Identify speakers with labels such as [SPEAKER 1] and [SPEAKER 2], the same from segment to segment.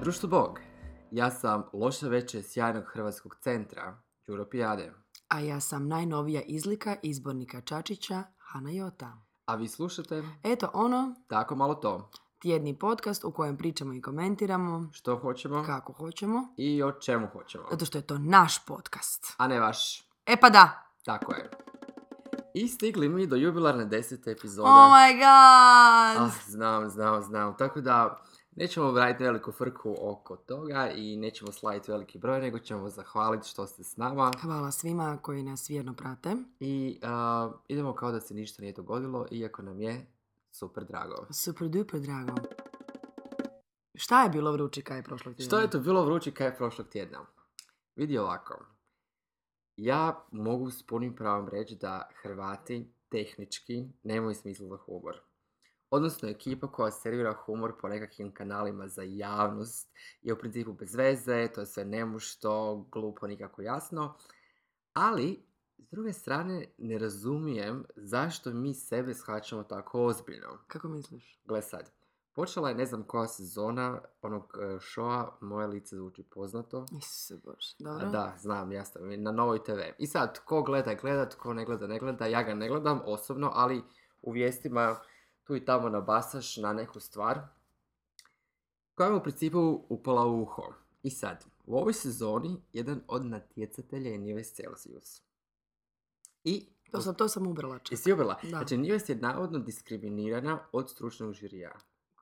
[SPEAKER 1] Društvo Bog, ja sam loša večer sjajnog Hrvatskog centra, Europijade,
[SPEAKER 2] A ja sam najnovija izlika izbornika Čačića, Hana Jota.
[SPEAKER 1] a vi slušate
[SPEAKER 2] Eto ono,
[SPEAKER 1] tako malo to,
[SPEAKER 2] tjedni podcast u kojem pričamo i komentiramo
[SPEAKER 1] što hoćemo
[SPEAKER 2] kako hoćemo,
[SPEAKER 1] i o čemu hoćemo,
[SPEAKER 2] zato što je to naš podcast.
[SPEAKER 1] a ne vaš,
[SPEAKER 2] E pa da!
[SPEAKER 1] tako je. I stigli mi do jubilarne desete epizode.
[SPEAKER 2] Oh my god!
[SPEAKER 1] Ah, znam, znam, znam, tako da nećemo vratiti veliku frku oko toga i nećemo slaviti veliki broj, nego ćemo zahvaliti što ste s nama.
[SPEAKER 2] Hvala svima koji nas vjerno prate.
[SPEAKER 1] I a, idemo kao da se ništa nije dogodilo, iako nam je super drago.
[SPEAKER 2] Super duper drago. Šta je bilo vrući kaj prošlog tjedna?
[SPEAKER 1] Što je to bilo vruće kaj je prošlog tjedna? Vidi ovako. Ja mogu s punim pravom reći da Hrvati tehnički nemaju smisla za humor. Odnosno ekipa koja servira humor po nekakvim kanalima za javnost je u principu bez veze, to je sve nemušto, glupo, nikako jasno. Ali, s druge strane, ne razumijem zašto mi sebe shvaćamo tako ozbiljno.
[SPEAKER 2] Kako misliš?
[SPEAKER 1] Gle sad, počela je ne znam koja sezona onog e, šoa Moje lice zvuči poznato.
[SPEAKER 2] Isuse Bože.
[SPEAKER 1] A
[SPEAKER 2] Dobro?
[SPEAKER 1] Da, znam, jasno, na Novoj TV. I sad, tko gleda, gleda, tko ne gleda, ne gleda, ja ga ne gledam osobno, ali u vijestima tu i tamo nabasaš na neku stvar koja mi u principu upala u uho. I sad, u ovoj sezoni jedan od natjecatelja je Nives Celsius. I
[SPEAKER 2] To sam, to sam ubrala čak.
[SPEAKER 1] Jesi ubila?
[SPEAKER 2] Da.
[SPEAKER 1] Znači, Nives je navodno diskriminirana od stručnog žirija.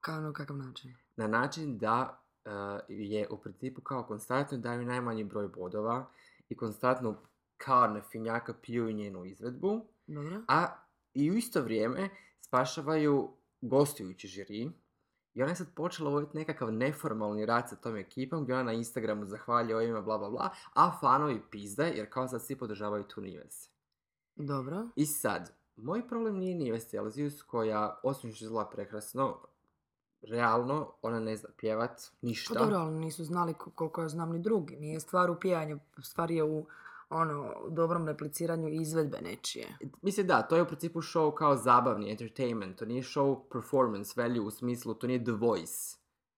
[SPEAKER 2] Kao na ono, kakav način.
[SPEAKER 1] Na način da e, je u principu kao konstantno daju najmanji broj bodova i konstantno kao na finjaka piju i njenu izvedbu,
[SPEAKER 2] Dobro?
[SPEAKER 1] a i u isto vrijeme spašavaju gostujući žiri. I ona je sad počela voditi nekakav neformalni rad sa tom ekipom gdje ona na Instagramu zahvalja ovima bla bla bla, a fanovi pizde jer kao sad svi podržavaju tu Nives.
[SPEAKER 2] Dobro.
[SPEAKER 1] I sad, moj problem nije ni Celsius koja, osim što izgleda prekrasno, realno, ona ne zna pjevat,
[SPEAKER 2] Pa dobro,
[SPEAKER 1] ništa.
[SPEAKER 2] ali nisu znali ko- koliko ja znam ni drugi. Nije stvar u pijanju, stvar je u ono, dobrom repliciranju izvedbe nečije.
[SPEAKER 1] Mislim da, to je u principu show kao zabavni, entertainment, to nije show performance value u smislu, to nije The Voice,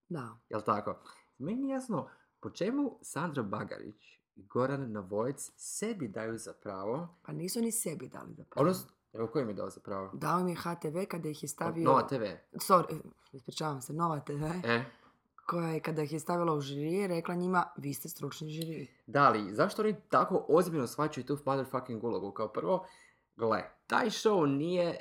[SPEAKER 2] Da.
[SPEAKER 1] jel tako? Meni nije jasno, po čemu Sandra Bagarić i Goran Navojec sebi daju za pravo,
[SPEAKER 2] Pa nisu ni sebi dali da
[SPEAKER 1] odnosno, evo koji mi je dao za pravo?
[SPEAKER 2] Dao im je HTV kada ih je stavio...
[SPEAKER 1] Nova TV,
[SPEAKER 2] Sorry, ispričavam se, Nova TV,
[SPEAKER 1] e?
[SPEAKER 2] koja je kada ih je stavila u žirije rekla njima, vi ste stručni žiri.
[SPEAKER 1] Da li, zašto oni tako ozbiljno shvaćaju tu motherfucking ulogu? Kao prvo, gle, taj show nije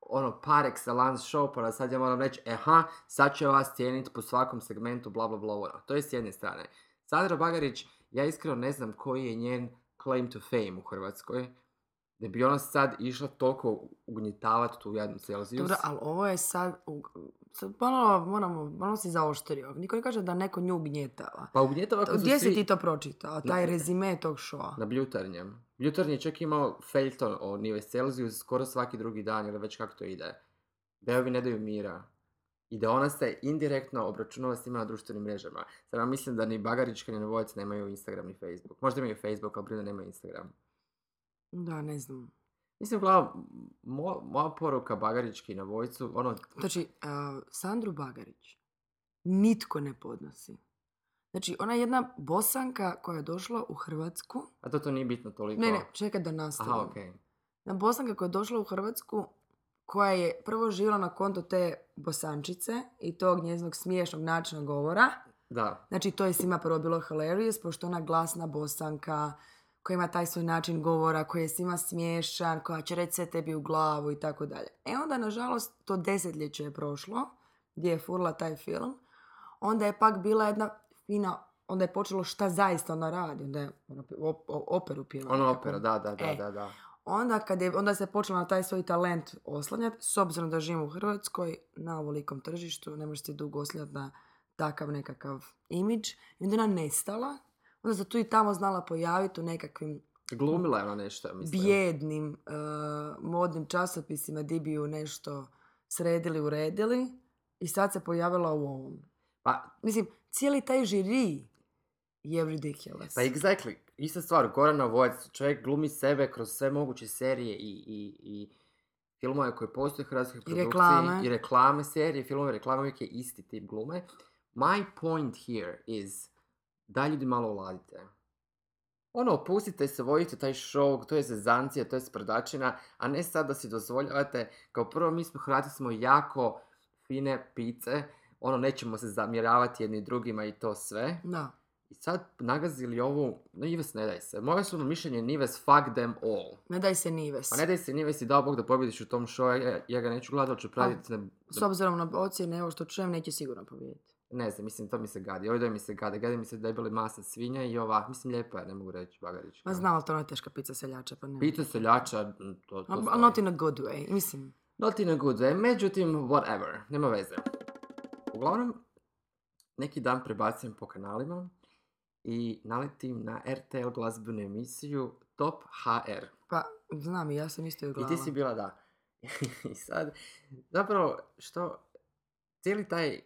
[SPEAKER 1] ono par excellence show, pa da sad ja moram reći, aha, sad će vas cijeniti po svakom segmentu, bla bla bla, ono. To je s jedne strane. Sandra Bagarić, ja iskreno ne znam koji je njen claim to fame u Hrvatskoj, da bi ona sad išla toliko ugnjetavati tu jadnu Celsius.
[SPEAKER 2] Dobro, ali ovo je sad... u- sad malo, moramo, malo si zaoštrio. Niko ne kaže da neko nju gnjetava.
[SPEAKER 1] Pa ugnjetava
[SPEAKER 2] To-
[SPEAKER 1] kad su
[SPEAKER 2] Gdje si
[SPEAKER 1] svi
[SPEAKER 2] ti to pročitao? Taj rezime tog šoa.
[SPEAKER 1] na Bljutarnjem. Bljutarnji je čak imao Felton o Nives Celsius skoro svaki drugi dan ili već kako to ide. Da joj ne daju mira. I da ona se indirektno obračunava s njima na društvenim mrežama. Sada mislim da ni Bagarićka ni Novojac nemaju Instagram ni Facebook. Možda imaju Facebook, ali Brina nema Instagram.
[SPEAKER 2] Da, ne znam.
[SPEAKER 1] Mislim, uglavnom, mo- moja poruka Bagarićki na Vojcu, ono,
[SPEAKER 2] Znači, a, Sandru Bagarić nitko ne podnosi. Znači, ona je jedna bosanka koja je došla u Hrvatsku.
[SPEAKER 1] a to to nije bitno toliko.
[SPEAKER 2] Ne, ne, čekaj da nastavim.
[SPEAKER 1] Aha, okej.
[SPEAKER 2] Na bosanka koja je došla u Hrvatsku, koja je prvo živjela na konto te bosančice i tog njeznog smiješnog načina govora.
[SPEAKER 1] Da,
[SPEAKER 2] Znači, to je svima prvo bilo hilarious, pošto ona glasna bosanka koja ima taj svoj način govora, koji je svima smiješan, koja će reći sve tebi u glavu i tako dalje. E onda, nažalost, to desetljeće je prošlo, gdje je furla taj film. Onda je pak bila jedna fina, onda je počelo šta zaista ona radi. Onda je ona pe- op- o- operu pjeva.
[SPEAKER 1] ono
[SPEAKER 2] nekakvu.
[SPEAKER 1] opera, da, da, da,
[SPEAKER 2] E.
[SPEAKER 1] da, da.
[SPEAKER 2] Onda, kad je, onda se počela na taj svoj talent oslanjati, s obzirom da živim u Hrvatskoj, na ovolikom tržištu, ne možeš ti dugo oslanjati na takav nekakav imidž. I onda je ona nestala, onda se tu i tamo znala pojaviti u nekakvim
[SPEAKER 1] Glumila je ona nešto, ja mislim.
[SPEAKER 2] bijednim eh, modnim časopisima di bi ju nešto sredili, uredili i sad se pojavila u ovom.
[SPEAKER 1] Pa,
[SPEAKER 2] Mislim, cijeli taj žiri je ridiculous.
[SPEAKER 1] Pa exactly, ista stvar, Goran Vojac, čovjek glumi sebe kroz sve moguće serije i, i, i filmove koje postoje u hrvatskoj produkciji.
[SPEAKER 2] reklame.
[SPEAKER 1] I reklame, serije, filmove, reklame, uvijek je isti tip glume. My point here is da ljudi malo uladite. Ono, opustite se, vodite taj šok, to je zezancija, to je sprdačina, a ne sad da si dozvoljavate, kao prvo mi smo Hrvati smo jako fine pice, ono, nećemo se zamjeravati jedni drugima i to sve.
[SPEAKER 2] Da.
[SPEAKER 1] I sad nagazili ovu, ne Ives ne daj se, moje su mišljenje Nives fuck them all.
[SPEAKER 2] Ne daj se nives.
[SPEAKER 1] Pa ne daj se Nives i dao Bog da pobjediš u tom show, ja, ja ga neću gledati, ali ću pratiti. Ne,
[SPEAKER 2] S obzirom na ocjene, evo što čujem, neće sigurno pobijediti.
[SPEAKER 1] ne znam, mislim, to mi se gadi. Ovi doj mi se gade, gadi mi se debeli masa svinja i ova, mislim, lijepa je, ne mogu reći, Bagarić.
[SPEAKER 2] Ma znam, ali to je ona teška pizza seljača, pa ne.
[SPEAKER 1] Pita seljača, m, to, to
[SPEAKER 2] Ali
[SPEAKER 1] stoji.
[SPEAKER 2] not in a good way, mislim.
[SPEAKER 1] Not in a good way, međutim, whatever, nema veze. Uglavnom, neki dan prebacim po kanalima i naletim na RTL glazbenu emisiju Top HR.
[SPEAKER 2] Pa, znam, i ja sam isto ju
[SPEAKER 1] I ti
[SPEAKER 2] glava.
[SPEAKER 1] si bila, da. I sad, zapravo, što, cijeli taj,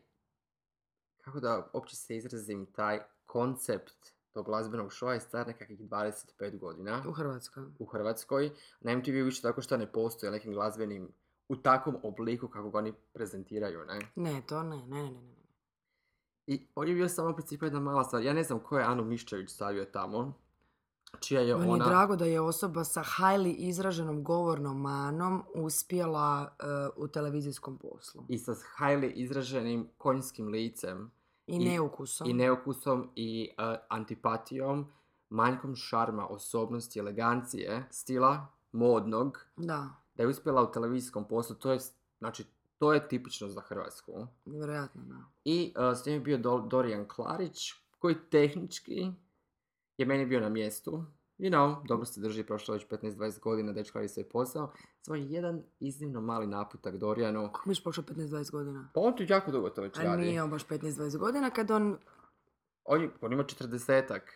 [SPEAKER 1] kako da uopće se izrazim, taj koncept tog glazbenog šoa je star nekakvih 25 godina
[SPEAKER 2] U Hrvatskoj.
[SPEAKER 1] u Hrvatskoj. Na MTV više tako što ne postoje nekim glazbenim u takvom obliku kako ga oni prezentiraju, ne?
[SPEAKER 2] Ne, to ne, ne, ne, ne. ne.
[SPEAKER 1] I on je bio samo u principu jedna mala stvar. Ja ne znam ko je Anu Miščević stavio tamo. Čija je
[SPEAKER 2] Meni
[SPEAKER 1] ona...
[SPEAKER 2] je drago da je osoba sa highly izraženom govornom manom uspjela eh, u televizijskom poslu.
[SPEAKER 1] I sa highly izraženim konjskim licem.
[SPEAKER 2] I,
[SPEAKER 1] i-
[SPEAKER 2] neukusom.
[SPEAKER 1] i neukusom i e, antipatijom, manjkom šarma, osobnosti, elegancije, stila, modnog,
[SPEAKER 2] Da,
[SPEAKER 1] da je uspjela u televizijskom poslu, to je, s- znači, to je tipično za Hrvatsku.
[SPEAKER 2] nevjerojatno da.
[SPEAKER 1] I e, s njim je bio Dol- Dorijan Klarić, koji tehnički je meni bio na mjestu. You know, dobro se drži, prošlo je već 15-20 godina, dečko radi svoj posao. Samo je jedan iznimno mali naputak Dorijanu.
[SPEAKER 2] Kako mi je prošlo 15-20 godina?
[SPEAKER 1] Pa on tu jako dugo to već
[SPEAKER 2] A
[SPEAKER 1] radi.
[SPEAKER 2] nije on baš 15-20 godina kad on...
[SPEAKER 1] On, je- on ima četrdesetak.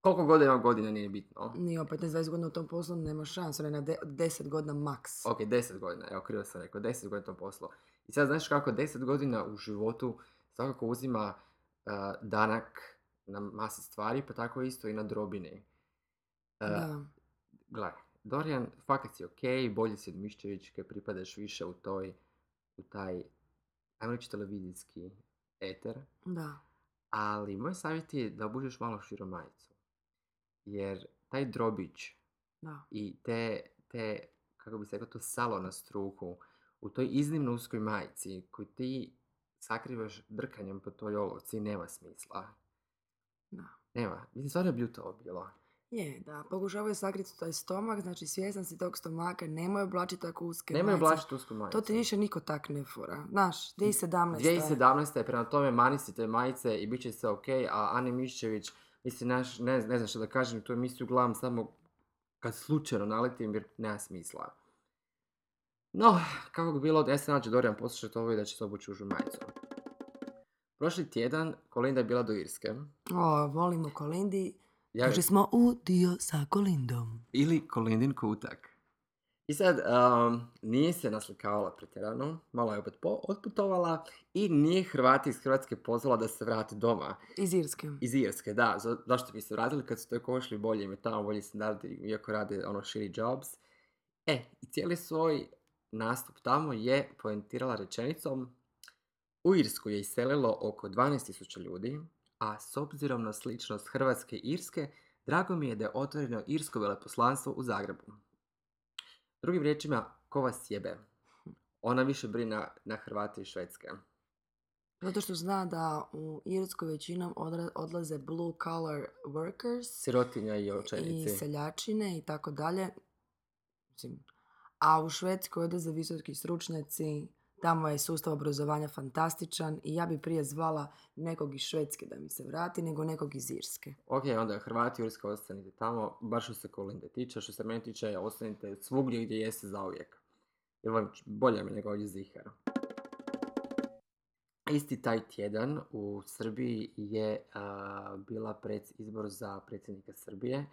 [SPEAKER 1] Koliko god ima godina nije bitno.
[SPEAKER 2] Nije on 15-20 godina u tom poslu, nema šanse. On je na de- 10 godina maks.
[SPEAKER 1] Ok, 10 godina, evo krivo sam rekao, 10 godina to poslo. I sad znaš kako, 10 godina u životu svakako uzima uh, danak na masi stvari, pa tako isto i na drobini. Uh,
[SPEAKER 2] Da.
[SPEAKER 1] Gle, Dorijan, fakat si ok, bolji si od Miščevićke, pripadaš više u toj, u taj, ajmo reći televizijski eter,
[SPEAKER 2] Da.
[SPEAKER 1] ali moj savjet je da obučeš malo širu majicu. Jer taj drobić,
[SPEAKER 2] Da.
[SPEAKER 1] i te, te kako bi se rekao, to salo na struku u toj iznimno uskoj majici koju ti sakrivaš drkanjem po toj olovci nema smisla.
[SPEAKER 2] Da.
[SPEAKER 1] Nema. Mislim, stvarno bi to bilo.
[SPEAKER 2] Je, da. Pokušavaju sakriti taj stomak, znači svjestan si tog stomaka, nemoj oblačiti tako uske
[SPEAKER 1] Nemoj
[SPEAKER 2] majice.
[SPEAKER 1] oblačiti usku majicu.
[SPEAKER 2] To ti više niko tak ne fura. Znaš, 2017. je.
[SPEAKER 1] 2017. Ono je prema tome manisi te majice i bit će sve ok, a Ani Miščević, mislim, naš, ne, ne znam što da kažem, tu emisiju gledam samo kad slučajno naletim jer nema smisla. No, kako bi bilo, ja se nađe Dorijan poslušati ovo i da će se obući u užu majicu. Prošli tjedan Kolinda je bila do Irske.
[SPEAKER 2] O, volimo Kolindi.
[SPEAKER 1] Ja-
[SPEAKER 2] Došli smo u dio sa Kolindom.
[SPEAKER 1] ili Kolindin kutak. I sad, um, nije se naslikavala pretjerano, malo je opet po- otputovala i nije Hrvati iz Hrvatske pozvala da se vrate doma.
[SPEAKER 2] Iz Irske.
[SPEAKER 1] Iz Irske, da. za- Zašto bi se vratili kad su tako ošli bolje im je tamo, bolji standardi, iako rade ono širi jobs. E, i cijeli svoj nastup tamo je poentirala rečenicom U Irsku je iselilo oko 12.000 ljudi, a s obzirom na sličnost Hrvatske i Irske, drago mi je da je otvoreno Irsko veleposlanstvo u Zagrebu. Drugim riječima, ko vas jebe? Ona više brina na Hrvate i Švedske.
[SPEAKER 2] Zato što zna da u Irsku većinom odra- odlaze blue collar workers
[SPEAKER 1] Sirotinja i
[SPEAKER 2] i
[SPEAKER 1] očajnici.
[SPEAKER 2] seljačine i tako dalje. Mislim, A u Švedskoj odlaze visoki stručnjaci, tamo je sustav obrazovanja fantastičan i ja bi prije zvala nekog iz Švedske da mi se vrati nego nekog iz Irske.
[SPEAKER 1] Ok, onda Hrvati, Irska, ostanite tamo, baš što se Kolinde tiče, što se mene tiče, ostanite svugdje gdje jeste zauvijek. Jer vam č- bolje mi nego ovdje zihar. Isti taj tjedan u Srbiji je a, bila preds- izbor za predsjednika Srbije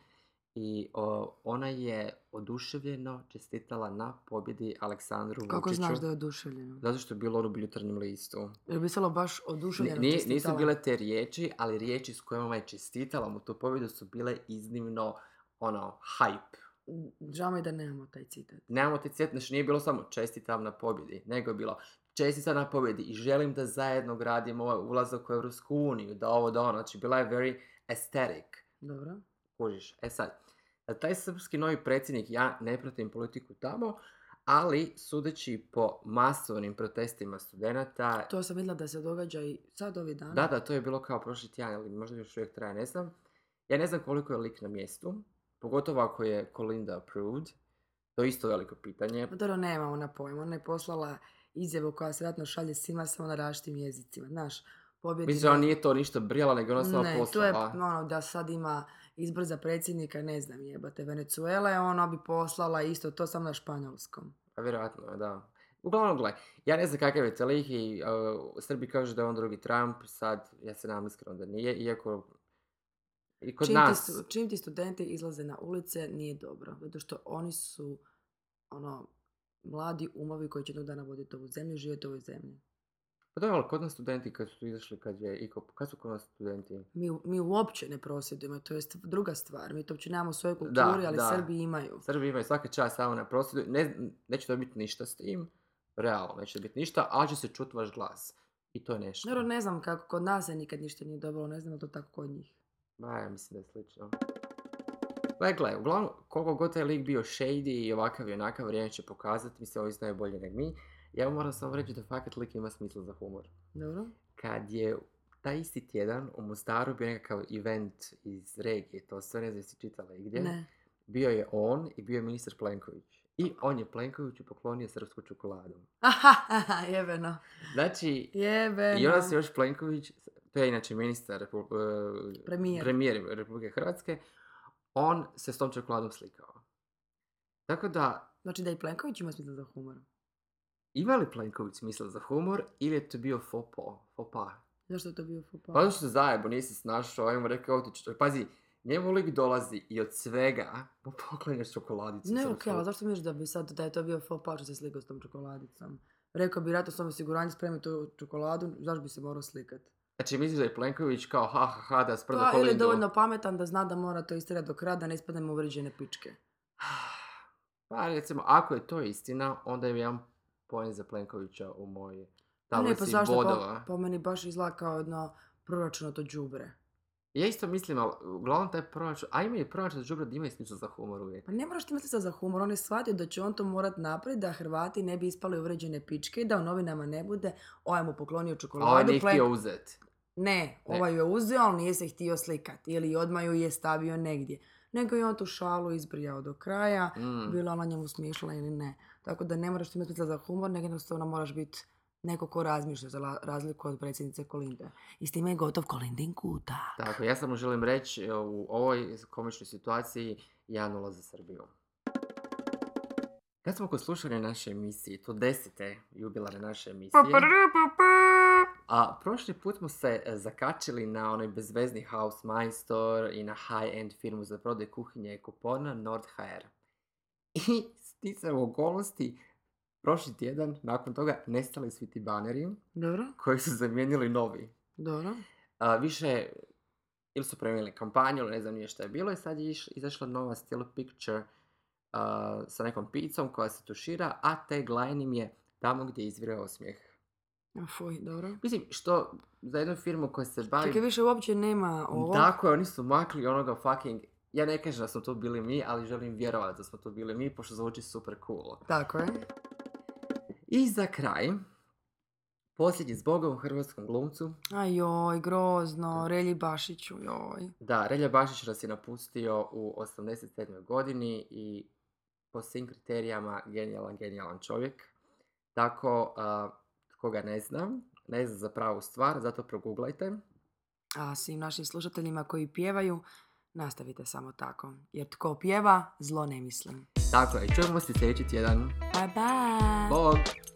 [SPEAKER 1] i o, ona je oduševljeno čestitala na pobjedi Aleksandru
[SPEAKER 2] Kako
[SPEAKER 1] Vučiću.
[SPEAKER 2] znaš da je oduševljeno?
[SPEAKER 1] Zato što je bilo ono u jutarnjem listu.
[SPEAKER 2] Jer bi se baš oduševljeno
[SPEAKER 1] Ni- ni- nisu
[SPEAKER 2] čestitala?
[SPEAKER 1] bile te riječi, ali riječi s kojima je čestitala mu tu pobjedu su bile iznimno ono, hype.
[SPEAKER 2] Žao mi je da nemamo taj citat.
[SPEAKER 1] Nemamo te cijet, znači nije bilo samo čestitam na pobjedi, nego je bilo čestica na pobjedi i želim da zajedno gradimo ovaj ulazak u Europsku uniju, da ovo, da ono, znači bila je very aesthetic,
[SPEAKER 2] Dobro.
[SPEAKER 1] kužiš. E sad, taj srpski novi predsjednik, ja ne pratim politiku tamo, ali sudeći po masovnim protestima studenata,
[SPEAKER 2] To sam vidjela da se događa i sad ovih dana.
[SPEAKER 1] da, da, to je bilo kao prošli tjedan, ali možda još uvijek traje, ne znam. Ja ne znam koliko je lik na mjestu, pogotovo ako je Colinda approved. To je isto veliko pitanje.
[SPEAKER 2] Ma Pa Dobro, nema ona pojma. Ona je poslala izjavu koja se vjerojatno šalje svima samo na različitim jezicima. Znaš, pobjedi...
[SPEAKER 1] Mislim, ona nije to ništa brijala, nego je ona samo
[SPEAKER 2] ne, to je
[SPEAKER 1] poslala.
[SPEAKER 2] ono da sad ima izbor za predsjednika, ne znam jebate, Venezuela je ona bi poslala isto to samo na španjolskom.
[SPEAKER 1] Pa vjerojatno, da. Uglavnom, gle, ja ne znam kakav je telih i uh, Srbi kažu da je on drugi Trump, sad ja se nadam iskreno da nije, iako i kod
[SPEAKER 2] čim,
[SPEAKER 1] nas,
[SPEAKER 2] ti, stu- čim ti studenti izlaze na ulice nije dobro, zato što oni su ono mladi umovi koji će jednog dana voditi ovu zemlju i živjeti u ovoj zemlji.
[SPEAKER 1] pa dobro, ali kod nas studenti kad su izašli, kad je, i ko- kad su kod nas studenti?
[SPEAKER 2] Mi, mi uopće ne prosvjedujemo, to je st- druga stvar. Mi to uopće nemamo u svojoj kulturi, ali
[SPEAKER 1] da.
[SPEAKER 2] Srbi imaju.
[SPEAKER 1] Srbi imaju svaka čast samo na prosvjedu, ne, neće dobiti ništa s tim, realno neće biti ništa, ali će se čuti vaš glas. I to je nešto.
[SPEAKER 2] Naravno, ne znam kako kod nas se nikad ništa nije dobilo, ne znam je li to tako kod njih.
[SPEAKER 1] Ma, ja mislim da je slično. Gle, gle, uglavnom, koliko god taj lik bio shady i ovakav i onakav, vrijeme će pokazati, mislim, ovi znaju bolje nego mi. Ja moram samo reći da fakat lik ima smisla za humor.
[SPEAKER 2] Dobro?
[SPEAKER 1] Kad je taj isti tjedan u Mostaru bio nekakav event iz regije, to sve ne znam jesi čitala igdje.
[SPEAKER 2] Ne.
[SPEAKER 1] Bio je on i bio je ministar Plenković. I on je Plenkoviću poklonio srpsku čokoladu.
[SPEAKER 2] jebeno.
[SPEAKER 1] Znači,
[SPEAKER 2] Jebeno.
[SPEAKER 1] i onda se još Plenković, to je inače ministar, repu- e,
[SPEAKER 2] Premijer.
[SPEAKER 1] premijer Republike Hrvatske, on se s tom čokoladom slikao. Tako da,
[SPEAKER 2] Znači da i Plenković ima smisla za humor.
[SPEAKER 1] ima li Plenković smisla za humor ili je to bio fopo, fopa?
[SPEAKER 2] Zašto je to bio fupa?
[SPEAKER 1] Pa zato što se zajebo, nisi se snašao, ajmo rekao ti čo- Pazi, njemu lik dolazi i od svega mu poklanjaš čokoladicu.
[SPEAKER 2] Ne,
[SPEAKER 1] srpsku.
[SPEAKER 2] okej, ali zašto misliš da bi sad, da je to bio faux pas što se slikao s tom čokoladicom? Rekao bi, rata sam osiguranje spremi tu čokoladu, zašto bi se morao slikat?
[SPEAKER 1] Znači, misliš da je Plenković kao ha ha ha da sprda
[SPEAKER 2] Pa, ili je
[SPEAKER 1] Kolindu?
[SPEAKER 2] dovoljno pametan da zna da mora to istirati do kraja, da ne ispadne mu uvrijeđene pičke.
[SPEAKER 1] Pa recimo, ako je to istina, onda je jedan poen za Plenkovića u mojoj
[SPEAKER 2] Ne, pa
[SPEAKER 1] tablici
[SPEAKER 2] zašto,
[SPEAKER 1] bodova.
[SPEAKER 2] po, po meni baš izgleda kao jedno proračunato đubre.
[SPEAKER 1] Ja isto mislim, ali uglavnom taj proračun, a ima i proračun za džubre da ima i smisla za humor uvijek.
[SPEAKER 2] Pa ne moraš ti misliti sad za humor, on je shvatio da će on to morat napraviti da Hrvati ne bi ispali uvrijeđene pičke i da u novinama ne bude ovaj mu poklonio
[SPEAKER 1] A
[SPEAKER 2] čokoladu.
[SPEAKER 1] ovaj nije
[SPEAKER 2] Plen-
[SPEAKER 1] htio uzet.
[SPEAKER 2] Ne,
[SPEAKER 1] Ne.
[SPEAKER 2] ovaj ju je uzeo, ali nije se htio slikati. Ili odmah ju je stavio negdje. Nego je on tu šalu izbrijao do kraja,
[SPEAKER 1] Mm.
[SPEAKER 2] bila ona njemu smišla ili ne. Tako da ne moraš ti imati smisla za humor, nego jednostavno moraš biti neko ko razmišlja za la- razliku od predsjednice Kolinde. I s time je gotov Kolindin kuta.
[SPEAKER 1] Tako, ja samo želim reći, e, u ovoj komičnoj situaciji, ja nula za Srbiju. Kad smo kod slušanja naše emisije, to desete jubilare naše
[SPEAKER 2] Pa,
[SPEAKER 1] emisije, a prošli put smo se e, zakačili na onaj bezvezni House Majstor i na high-end firmu za prodaj kuhinje i kupona Nord HR. I sticam okolnosti, prošli tjedan, nakon toga, nestali svi ti baneri
[SPEAKER 2] Dobro,
[SPEAKER 1] koji su zamijenili novi
[SPEAKER 2] dobro.
[SPEAKER 1] a, više ili su promijenili kampanju ili ne znam nije šta je bilo i sad je iš- izašla nova still picture a, sa nekom picom koja se tušira, a tagline im je tamo gdje izvira osmijeh.
[SPEAKER 2] A, Fuj, dobro.
[SPEAKER 1] Mislim, što za jednu firmu koja se bavi...
[SPEAKER 2] Čekaj, više uopće nema ovo.
[SPEAKER 1] Tako je, oni su makli onoga fucking... Ja ne kažem da smo to bili mi, ali želim vjerovati da smo to bili mi, pošto zvuči super cool.
[SPEAKER 2] Tako je.
[SPEAKER 1] I za kraj, posljednji zbogom hrvatskom glumcu,
[SPEAKER 2] Ajoj, grozno, Relji Bašiću, joj.
[SPEAKER 1] Da, Relja Bašić nas je napustio u 87. godini i po svim kriterijama genijalan, genijalan čovjek. Tako, a, tko ga ne zna, ne zna za pravu stvar, zato proguglajte.
[SPEAKER 2] A svim našim slušateljima koji pjevaju, nastavite samo tako. Jer tko pjeva, zlo ne mislim.
[SPEAKER 1] Tako je, čujemo se sljedeći tjedan.
[SPEAKER 2] Bye bye!
[SPEAKER 1] Bog!